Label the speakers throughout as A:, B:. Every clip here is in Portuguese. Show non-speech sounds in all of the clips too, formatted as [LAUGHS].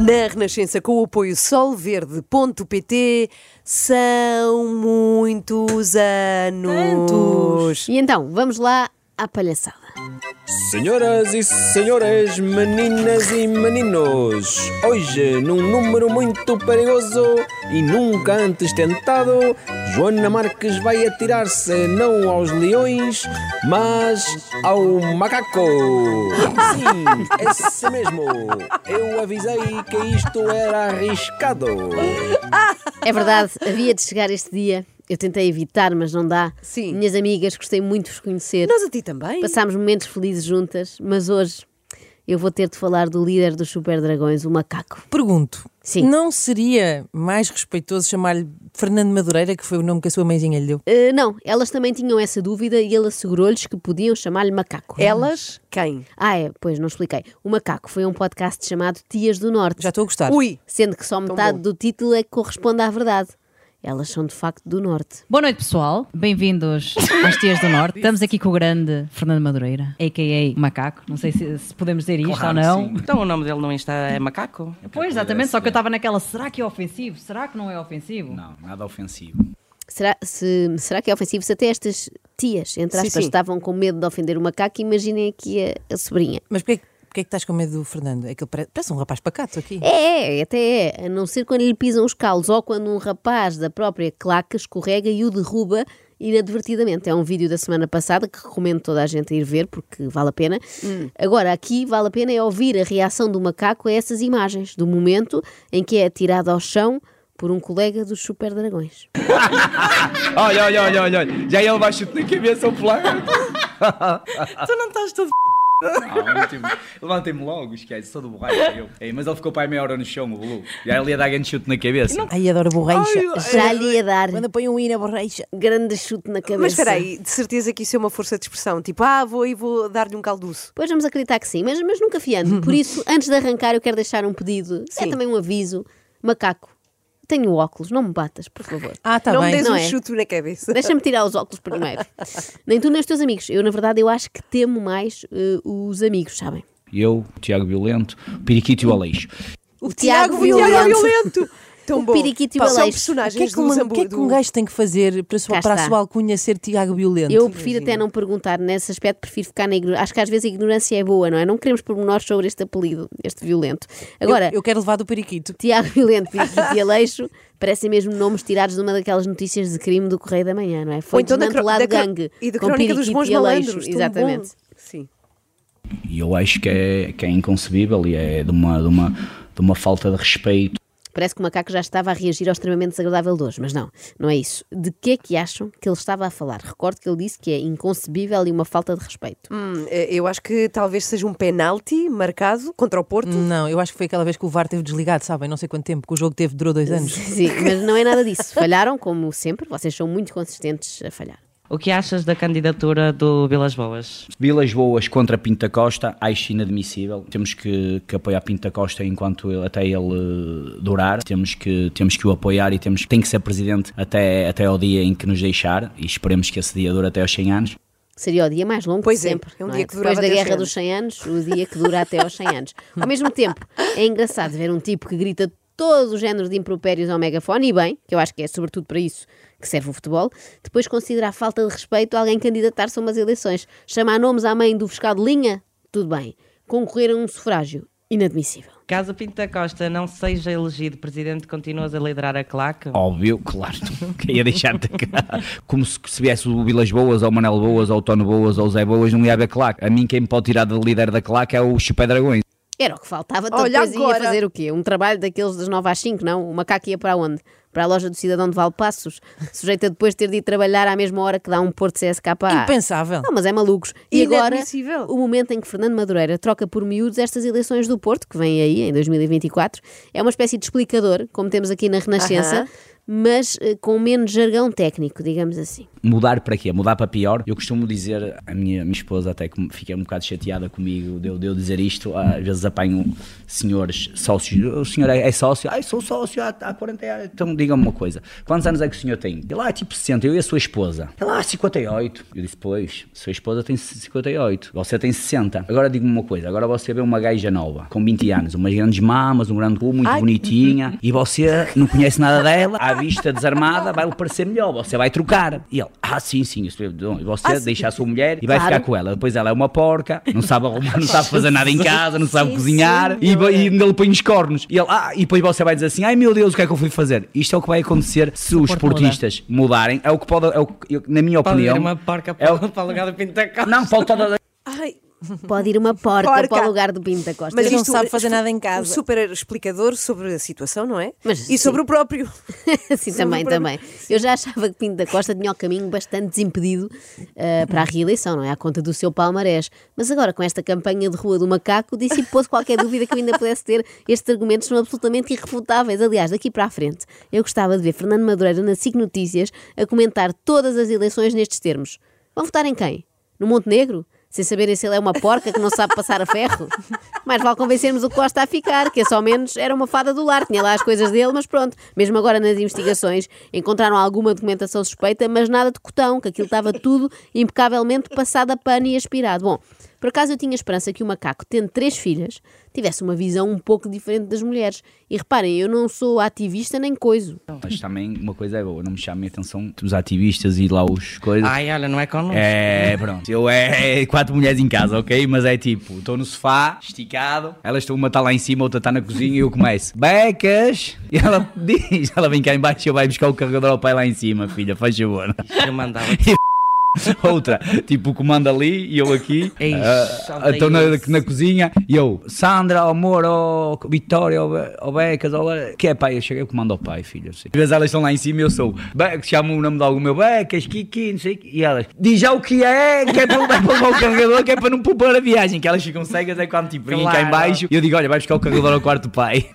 A: Na Renascença, com o apoio solverde.pt, são muitos anos.
B: Tantos. E então, vamos lá à palhaçada.
C: Senhoras e senhores, meninas e meninos, hoje, num número muito perigoso e nunca antes tentado, Joana Marques vai atirar-se não aos leões, mas ao macaco. Sim, esse mesmo. Eu avisei que isto era arriscado.
B: É verdade, havia de chegar este dia. Eu tentei evitar, mas não dá.
A: Sim.
B: Minhas amigas, gostei muito de vos conhecer.
A: Nós a ti também.
B: Passámos momentos felizes juntas, mas hoje eu vou ter de falar do líder dos Super Dragões, o macaco.
D: Pergunto.
B: Sim.
D: Não seria mais respeitoso chamar-lhe Fernando Madureira, que foi o nome que a sua mãezinha lhe deu?
B: Ah, não, elas também tinham essa dúvida e ele assegurou-lhes que podiam chamar-lhe macaco.
A: É. Elas, quem?
B: Ah, é, pois não expliquei. O Macaco foi um podcast chamado Tias do Norte.
D: Já estou a gostar.
A: Ui,
B: Sendo que só metade
A: bom.
B: do título é que corresponde à verdade. Elas são de facto do Norte.
E: Boa noite, pessoal. Bem-vindos às Tias do
F: [LAUGHS]
E: Norte. Estamos aqui com o grande Fernando Madureira, a.k.a. Macaco. Não sei se, se podemos dizer isto ou não.
G: Então o nome dele não está é macaco?
E: Pois, exatamente. Só que eu estava naquela, será que é ofensivo? Será que não é ofensivo?
F: Não, nada ofensivo.
B: Será, se- será que é ofensivo? Se até estas tias, entre aspas,
A: sim.
B: estavam com medo de ofender o macaco, imaginem aqui a, a sobrinha.
D: Mas porquê, porquê é que estás com medo do Fernando? É que ele pare- parece um rapaz pacato aqui.
B: É, é, até é, a não ser quando lhe pisam os calos ou quando um rapaz da própria claque escorrega e o derruba inadvertidamente. É um vídeo da semana passada que recomendo toda a gente a ir ver porque vale a pena.
A: Hum.
B: Agora, aqui vale a pena é ouvir a reação do macaco a essas imagens, do momento em que é atirado ao chão por um colega dos Super Dragões.
F: Olha, olha, olha, olha, olha. Já ele vai chutar a cabeça ao placa.
G: [LAUGHS] Tu não estás todo
F: Levantei-me logo, esquece, sou do borracha eu. Ei, mas ele ficou para aí meia hora no chão, o Blue. E aí ele ia dar grande chute na cabeça.
D: Ai, adoro borreixa.
A: é,
B: Já lhe ia dar
D: Quando põe um i na borreixa.
B: grande chute na cabeça.
A: mas espera aí, de certeza que isso é uma força de expressão. Tipo, ah, vou e vou dar-lhe um calduço.
B: Pois vamos acreditar que sim, mas, mas nunca fiando. Por isso,
D: [LAUGHS]
B: antes de arrancar, eu quero deixar um pedido. É
A: Sim.
B: também um aviso. Macaco, tenho óculos, não me batas, por favor.
D: Ah, tá
A: não me
D: bem.
A: des
B: Não
A: um
B: é?
A: chute na cabeça.
B: Deixa-me tirar os óculos primeiro. Nem tu, nem os teus amigos. Eu, na verdade, eu acho que temo mais eh, os amigos, sabem?
F: Eu, Tiago Violento, Piriquito e o Aleixo.
A: O é
B: Tiago Violento.
A: Violento. Tão
B: O
A: bom.
B: Periquito e o
A: Pá, São
B: Aleixo.
D: O que é
A: personagens
D: que, uma-
A: do
D: o que é que um
A: Zambu-
D: gajo tem que fazer para a sua,
B: Cá
D: para a
B: está.
D: sua alcunha ser Tiago Violento?
B: Eu prefiro até não perguntar nesse aspecto, prefiro ficar na ignorância. Acho que às vezes a ignorância é boa, não é? Não queremos pormenores sobre este apelido, este violento. Agora,
D: Eu, eu quero levar do periquito.
B: Tiago Violento Periquito e Aleixo parecem mesmo nomes tirados de uma daquelas notícias de crime do Correio da Manhã, não é? Foi
A: Ou então da, cro-
B: desmantelado
A: da cro-
B: gangue.
A: e da
B: com
A: Crónica dos
B: Periquito
A: Bons
B: e Aleixo,
A: Malandros. tão bom.
B: Exatamente.
A: Sim.
F: E eu acho que é, que é inconcebível e é de uma, de, uma, de uma falta de respeito.
B: Parece que o macaco já estava a reagir ao extremamente desagradável de hoje, mas não, não é isso. De que é que acham que ele estava a falar? Recordo que ele disse que é inconcebível e uma falta de respeito.
A: Hum, eh, eu acho que talvez seja um penalti marcado contra o Porto.
B: Hum.
D: Não, eu acho que foi aquela vez que o VAR teve desligado, sabem? Não sei quanto tempo, que o jogo teve, durou dois anos.
B: [LAUGHS] Sim, mas não é nada disso. Falharam, como sempre, vocês são muito consistentes a falhar.
G: O que achas da candidatura do Vilas Boas?
F: Vilas Boas contra Pinta Costa, acho inadmissível. Temos que, que apoiar Pinta Costa enquanto ele- até ele eh, durar. Temos que, temos que o apoiar e temos, tem que ser presidente até, até ao dia em que nos deixar. E esperemos que esse dia dure até aos 100 anos.
B: Seria o dia mais longo
A: Pois
B: de
A: é,
B: sempre.
A: é um
B: não
A: dia que
B: Depois
A: durava
B: da
A: até os
B: guerra
A: 100
B: dos 100 anos, o dia que dura até aos 100 anos. Ao mesmo tempo, é engraçado ver um tipo que grita todo o género de impropérios ao megafone, e bem, que eu acho que é sobretudo para isso que serve o futebol, depois considera a falta de respeito alguém candidatar-se a umas eleições, chamar nomes à mãe do fiscal de linha, tudo bem. Concorrer a um sufrágio, inadmissível.
G: Caso Pinto da Costa não seja elegido presidente, continuas a liderar a claque?
F: Óbvio, [LAUGHS] claro, que ia deixar-te cá. Como se, se viesse o Vilas Boas, ou o Manel Boas, ou o Tono Boas, ou o Zé Boas, não ia haver claque. A mim quem me pode tirar de líder da claque é o Chupé Dragões.
B: Era o que faltava, então
A: Olha
B: depois ia
A: agora.
B: fazer o quê? Um trabalho daqueles das 9 às 5, não? O macaco ia para onde? Para a loja do cidadão de Valpassos, sujeito a depois ter de ir trabalhar à mesma hora que dá um Porto CSK.
D: Impensável.
B: Não, mas é malucos. E agora,
A: Inadmissível.
B: o momento em que Fernando Madureira troca por miúdos estas eleições do Porto, que vem aí em 2024, é uma espécie de explicador, como temos aqui na Renascença,
A: Aham.
B: mas eh, com menos jargão técnico, digamos assim.
F: Mudar para quê? Mudar para pior? Eu costumo dizer, a minha, minha esposa até que fica um bocado chateada comigo de eu, de eu dizer isto, às vezes apanho senhores sócios, o senhor é, é sócio? Ai, sou sócio há, há 40 anos, então diga-me uma coisa, quantos anos é que o senhor tem? Ele, ah, tipo 60, eu e a sua esposa. Ele, ah, 58. Eu disse, pois, sua esposa tem 58, você tem 60. Agora diga-me uma coisa, agora você vê uma gaja nova, com 20 anos, umas grandes mamas, um grande cu, muito bonitinha, e você não conhece nada dela, à vista desarmada, vai-lhe parecer melhor, você vai trocar. E ele, ah, sim, sim, isso é bom. e
G: Ah,
F: você deixa a sua mulher e vai
B: Claro.
F: ficar com ela. Depois ela é uma porca, não sabe arrumar, não sabe fazer nada em casa, não sabe cozinhar, e, vai- e ainda lhe põe os cornos. E ele, ah, e depois você vai dizer assim, ai meu Deus, o que é que eu fui fazer? Isto é o que vai acontecer se os
E: Porto muda.
F: esportistas mudarem, é o que pode, é o que- eu- na minha
G: Pode
F: opinião...
G: vir uma porca
F: é
G: para,
F: o-
G: para o lugar do Pintacó.
F: Não, pode toda...
A: Ai,
B: Pode
A: [LAUGHS]
B: ir uma porca,
A: Porca.
B: para o lugar do Pinto da Costa.
D: Mas não
A: isto
D: sabe fazer
A: é
D: nada em casa.
A: Um super explicador sobre a situação, não é? e
B: Mas, sim.
A: sobre o
B: [LAUGHS]
A: próprio.
B: Sim,
A: Sobre
B: também,
A: o próprio-
B: também. Eu já achava que Pinto da Costa tinha o caminho bastante desimpedido eh, para a reeleição, não é? À conta do seu palmarés. Mas agora, com esta campanha de rua do macaco, dissipou-se qualquer dúvida que eu ainda pudesse ter. Estes argumentos são absolutamente irrefutáveis. Aliás, daqui para a frente, eu gostava de ver Fernando Madureira na SIC Notícias a comentar todas as eleições nestes termos. Vão votar em quem? No Montenegro? Sem saberem se ele é uma porca que não sabe passar a ferro? Mais vale convencermos o Costa a ficar, que esse ao menos era uma fada do lar, tinha lá as coisas dele, mas pronto. Mesmo agora nas investigações, encontraram alguma documentação suspeita, mas nada de cotão, que aquilo estava tudo impecavelmente passado a pano e aspirado. Bom, por acaso eu tinha esperança que o macaco, tendo três filhas, tivesse uma visão um pouco diferente das mulheres. E reparem, eu não sou ativista nem coiso.
F: Mas também uma coisa é boa, não me chamem a atenção os ativistas e lá os coisas.
G: Ai, olha, não é connosco.
F: É, pronto. Eu é quatro mulheres em casa, ok? Mas é tipo, estou no sofá, esticado, elas estão, uma está lá em cima, outra está na cozinha e eu começo. Becas! E ela [LAUGHS] diz, ela vem cá em baixo e eu vai buscar o carregador ao pai lá em cima, filha, faz favor.
G: Eu [LAUGHS] mandava.
F: [LAUGHS] Outra, tipo, o comando ali e eu aqui.
G: Ixi,
F: ah,
G: odeio
F: Estou na,
G: isso.
F: na cozinha e eu, Sandra, oh, amor, oh, Vitória, oh, Be- oh, Becas, oh, Le- que é pai? Eu cheguei e comando ao pai, filho. Assim. Às vezes elas estão lá em cima e eu sou, Be- chamo o nome de algum meu, Becas, Kiki, não sei o quê. E elas, diz já o que é, que é para para levar o carregador, que é para não poupar a viagem, que elas ficam cegas, é quando tipo, vêm cá
G: Claro.
F: em baixo e eu digo, olha, vai buscar o carregador ao quarto do
G: [LAUGHS]
F: pai.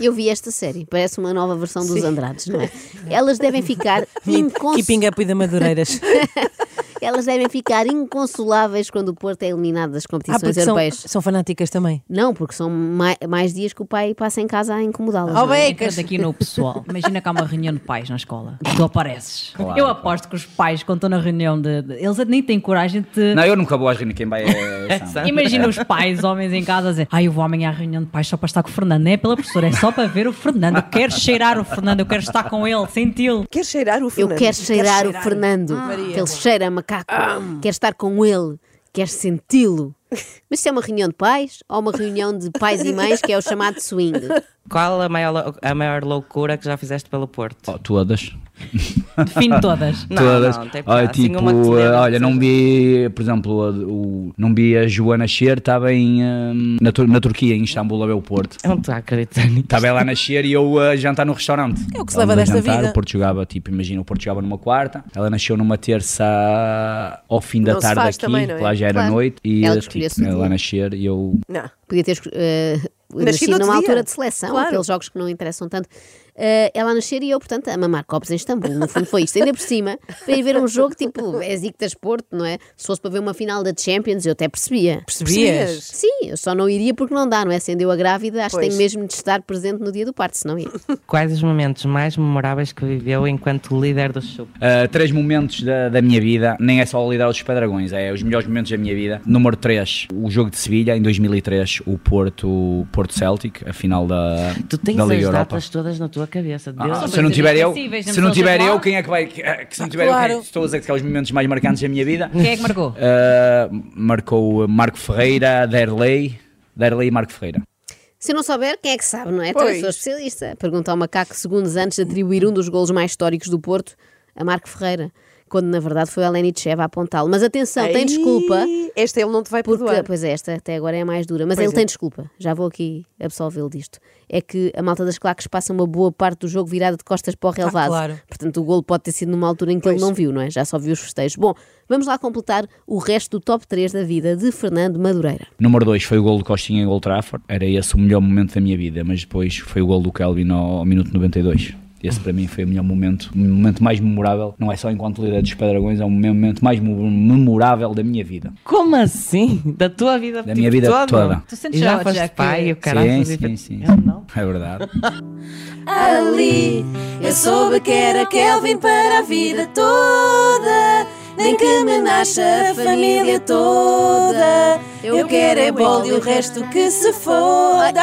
B: Eu vi esta série, parece uma nova versão dos Andrades, não é? Elas devem ficar inconsoláveis.
D: [LAUGHS] Keeping up with the Madureiras.
B: Elas devem ficar inconsoláveis quando o Porto é eliminado das
D: Ah,
B: competições
D: porque são,
B: europeias.
D: são fanáticas também.
B: Não, porque são mai- mais dias que o pai passa em casa a incomodá-las.
A: Oh,
B: não é?
A: bem.
E: Entrando aqui no pessoal, imagina que há uma reunião de pais na escola. Tu apareces.
F: Claro,
E: eu aposto que os pais, quando estão na reunião, de, de- eles nem têm coragem de.
F: não, eu nunca vou às reuniões, quem vai
G: [LAUGHS]
F: é Sandra.
E: Imagina os pais, homens em casa, a dizer: Ai, eu vou amanhã à reunião de pais só para estar com o Fernando. Não é pela professora, é só para ver o Fernando. Eu quero cheirar o Fernando, eu quero estar com ele, senti-lo.
A: Quer cheirar o
B: Eu
A: Fernando?
B: quero cheirar o Fernando, que ele cheira a macaco. Quero estar com ele, quero senti-lo. Mas se é uma reunião de pais ou uma reunião de pais e mães, que é o chamado swing.
G: Qual a maior, lou- a maior loucura que já fizeste pelo Porto?
F: Oh, todas.
E: Define todas.
G: Não,
F: todas.
G: não, tem
F: Olha,
G: piada. Assim,
F: tipo,
G: uma que se lembra
F: eh,
G: que
F: olha, não
G: seja.
F: vi, por exemplo, a- o, não vi a Joana Nascer, estava em hum, na, Tur- na Turquia, em Istambul, a ver o Porto.
G: Eu não estou a acreditar nisso.
F: Estava ela a nascer e eu a jantar no restaurante.
D: É o que se
F: Ela
D: leva
F: a
D: desta
F: jantar,
D: vida.
F: O Porto jogava, tipo, imagina, o Porto jogava numa quarta, ela nasceu numa terça ao fim da
A: Não se
F: tarde
A: faz
F: aqui,
A: também, não é?
F: lá já era
B: Claro.
F: noite, e
B: Ela
F: ela,
B: que escolheu
F: tipo,
B: esse
F: ela
B: dia.
F: a nascer e eu
A: Não.
B: podia ter esco- eh, nascido,
A: Nascido outro
B: numa
A: dia.
B: altura de seleção,
A: Claro.
B: aqueles jogos que não interessam tanto. Eh, ela a nascer e eu, portanto, a mamar copos em Istambul. No fundo, foi isto. Ainda por cima, para ir ver um jogo tipo é Zictas Porto, não é? Se fosse para ver uma final da Champions, eu até percebia.
D: Percebias?
A: Percebias?
B: Sim, eu só não iria porque não dá, não é? Sendo eu a grávida, acho que
A: Pois.
B: tenho mesmo de estar presente no dia do parto, senão ia.
G: [LAUGHS] Quais os momentos mais memoráveis que viveu enquanto líder do chup?
F: Uh, três momentos da, da minha vida, nem é só lidar os pedragões, é os melhores momentos da minha vida. Número 3, o jogo de Sevilha em 2003, o Porto, Porto Celtic, a final da,
G: Tu tens
F: da
G: as
F: Liga Europa.
G: datas todas na tua cabeça.
F: Ah,
G: Deus
F: se não tiver eu,
E: Esquecíveis,
F: se
E: não
F: não
E: são
F: tiver eu,
E: igual?
F: quem é que vai? que- que se não tiver eu,
D: Claro.
F: quem é que estou a dizer que são os momentos mais marcantes da minha vida?
E: Quem é que marcou?
F: Uh, marcou Marco Ferreira, Derley, Derley e Marco Ferreira.
B: Se eu não souber, quem é que sabe, não é? Então eu
A: Pois.
B: sou especialista. Pergunta ao macaco segundos antes de atribuir um dos golos mais históricos do Porto a Marco Ferreira, quando na verdade foi o Alenichev a apontá-lo. Mas atenção, tem
A: Ai,
B: desculpa.
A: Esta ele não te vai
B: Porque,
A: perdoar.
B: pois é, esta até agora é a mais dura, mas
A: Pois
B: ele
A: é.
B: tem desculpa, já vou aqui absolvê-lo disto. É que a malta das claques passa uma boa parte do jogo virada de costas para o
A: Tá,
B: relevado.
D: claro.
B: Portanto, o golo pode ter sido numa altura em que ele não viu, não é? Já só viu os festejos. Bom, vamos lá completar o resto do top 3 da vida de Fernando Madureira.
F: Número 2 foi o gol do Costinha em Old Trafford, era esse o melhor momento da minha vida, mas depois foi o gol do Kelvin ao, ao minuto 92. Esse para mim foi o melhor momento, o momento mais memorável. Não é só enquanto líder dos Pedragões, é o meu momento mais mo- memorável da minha vida.
G: Como assim? Da tua vida tipo,
F: Da minha vida toda.
E: Tu sentes
G: E já
E: já,
G: foste
E: já que-
G: pai,
F: Sim,
G: o caralho.
F: sim, sim.
G: Eu um não.
F: É verdade.
H: Ali eu soube que era Kelvin para a vida toda. Nem que me nasça a família toda. Eu quero é bolo e o resto que se foda.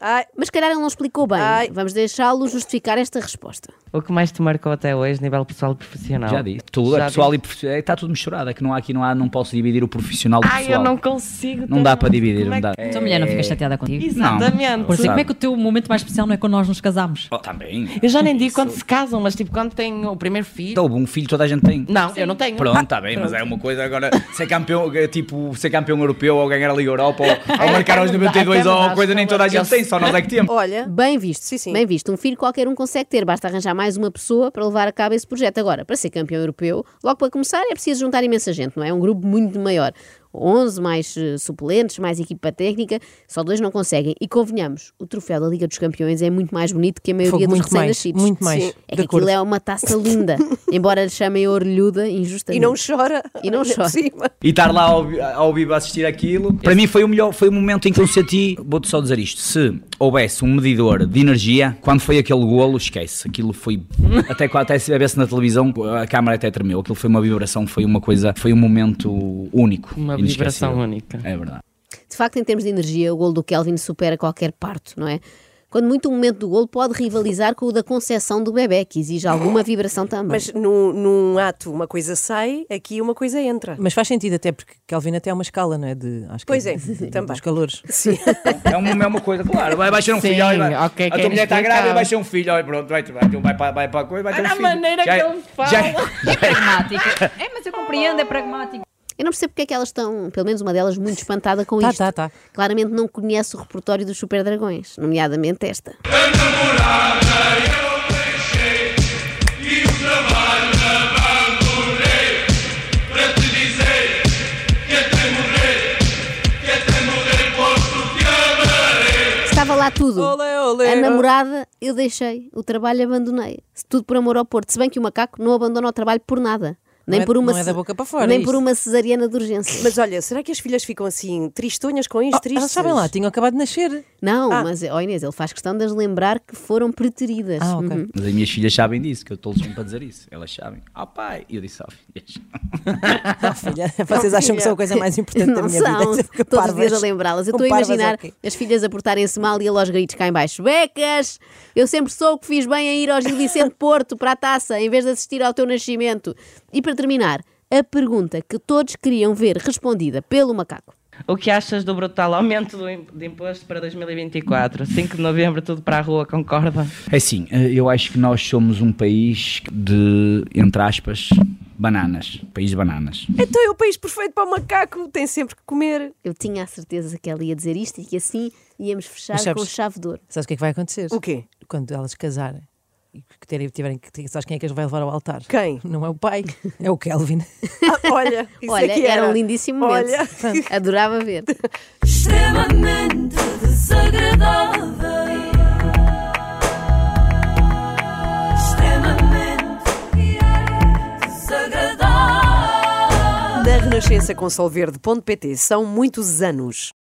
A: Ai,
B: Mas se calhar ele não explicou bem.
A: Ai.
B: Vamos deixá-lo justificar esta resposta.
G: O que mais te marcou até hoje, nível pessoal e profissional?
F: Já disse. Tudo, é
G: Já
F: pessoal e
G: disse.
F: profissional. Está tudo misturado. É que não há aqui, não há, não posso dividir o profissional do
G: Ai,
F: pessoal.
G: eu não consigo.
F: Não
G: tá?
F: dá para dividir,
G: Como
F: não
G: é
F: dá.
G: que-
E: Tua mulher não fica chateada contigo.
G: Exatamente.
E: Por isso,
F: Sabe.
E: como é que o teu momento mais especial não é quando nós nos
G: [LAUGHS]
E: casamos?
F: Oh, também.
G: Eu já nem digo quando se casam, mas tipo quando têm o primeiro filho.
F: Houve um filho, toda a gente tem.
G: Não, eu não tenho.
F: Pronto, está bem, mas é uma coisa agora ser campeão, eh, tipo, ser campeão europeu ou ganhar a Liga Europa ou, ou marcar aos 92
G: é
F: ou
G: verdade,
F: coisa, nem toda a gente tem, só nós é que temos.
A: olha,
B: Bem visto.
A: Sim, sim.
B: Bem visto. Um filho qualquer um consegue ter, basta arranjar mais uma pessoa para levar a cabo esse projeto. Agora, para ser campeão europeu, logo para começar é preciso juntar imensa gente, não é? É Um grupo muito maior. 11 mais eh, suplentes, mais equipa técnica, só dois não conseguem. E convenhamos, o troféu da Liga dos Campeões é muito mais bonito que a maioria
D: Fogo,
B: dos
D: muito mais.
B: recém-nascidos.
D: Muito mais.
B: Sim. É
D: De
B: que aquilo
D: acordo.
B: é uma taça linda, [LAUGHS] embora lhe chamem orelhuda injustamente.
A: e não chora.
B: E não
A: Ainda por
B: chora.
A: cima.
F: [LAUGHS] E estar lá ao, vi- ao vivo a assistir aquilo. Para mim foi o melhor, foi o momento em que eu senti, vou-te só dizer isto, se houvesse um medidor de energia, quando foi aquele golo, esquece, aquilo [LAUGHS] foi, até, qua- até se bebesse na televisão, a câmara até tremeu, aquilo foi uma vibração, foi uma coisa, foi um momento único.
G: Uma vibração
F: inesquecível.
G: única.
F: É verdade.
B: De facto, em termos de energia, o gol do Kelvin supera qualquer parto, não é? Quando muito o momento do gol pode rivalizar com o da concepção do bebê, que exige alguma vibração também.
A: Mas num, num ato uma coisa sai, aqui uma coisa entra.
D: Mas faz sentido até porque Kelvin até é uma escala, não é? De, acho que
A: Pois é, também.
B: [LAUGHS]
D: Dos calores.
A: Sim.
F: É uma mesma coisa, claro. Vai, vai ser um
G: Sim,
F: filho, olha, vai.
G: ok,
F: a
G: quero
F: tua mulher está
G: explicar.
F: grávida, vai ser um filho, olha, pronto, vai, vai, vai, para- vai para a coisa, vai ter um
G: Olha a
F: filho.
G: maneira que ele fala.
E: É pragmático. É, mas eu compreendo, é pragmático.
B: Eu não percebo porque é que elas estão, pelo menos uma delas, muito espantada com
D: Tá,
B: isto.
D: tá, tá.
B: Claramente não conhece o repertório dos Super Dragões, nomeadamente esta. Estava lá tudo.
D: Olé, olé.
B: A namorada eu deixei, o trabalho abandonei. Tudo por amor ao Porto. Se bem que o macaco não abandona o trabalho por nada. Nem
D: Não é-
B: por uma
D: não é da
B: ce-
D: boca para fora,
B: Nem
D: isto.
B: por uma cesariana de urgência.
A: Mas olha, será que as filhas ficam assim tristonhas com isto?
D: Oh, elas
A: tristes?
D: sabem
B: tipo-
D: lá, tinham acabado de nascer.
B: Não,
D: Ah.
B: mas ó Inês, ele faz questão de as lembrar que foram preteridas.
D: Ah, ok.
B: Uhum.
F: Mas as minhas filhas sabem disso, que eu estou sempre para dizer isso. Elas sabem. Ah, pai. E eu disse, ah, filhas.
D: Ah,
B: [LAUGHS]
D: filha, vocês acham que são a coisa mais importante da
B: Não
D: minha
B: são,
D: vida. [LAUGHS] Que
B: todos os
D: parvas.
B: dias a lembrá-las. Eu
D: Com
B: estou a
D: parvas,
B: imaginar
D: ok.
B: as filhas a portarem-se mal e ele aos gritos cá em baixo. Becas! Eu sempre sou o que fiz bem a ir ao Gil Vicente Porto para a taça, em vez de assistir ao teu nascimento. E para terminar, a pergunta que todos queriam ver respondida pelo macaco.
G: O que achas do brutal aumento do im- de imposto para 2024? 5 de novembro, tudo para a rua, concorda?
F: É assim, eh, eu acho que nós somos um país de, entre aspas, bananas. País de bananas.
A: Então é o país perfeito para o macaco, tem sempre que comer.
B: Eu tinha a certeza que ela ia dizer isto e que assim íamos fechar
D: Mas sabes-
B: com chave de ouro.
D: Sabes o que é que vai acontecer?
A: O quê?
D: Quando elas casarem e que terem- tiverem que. ter- Sabes quem é que as vai levar ao altar?
B: [LAUGHS]
A: Quem?
D: Não é o pai, é o Kelvin.
A: Ah, olha, isso
B: Olha,
A: é que
B: era.
A: era.
B: um lindíssimo momento.
A: Olha.
B: [LAUGHS] Adorava ver.
H: extremamente desagradável. Extremamente desagradável.
A: Na renascença com solverde.pt são muitos anos.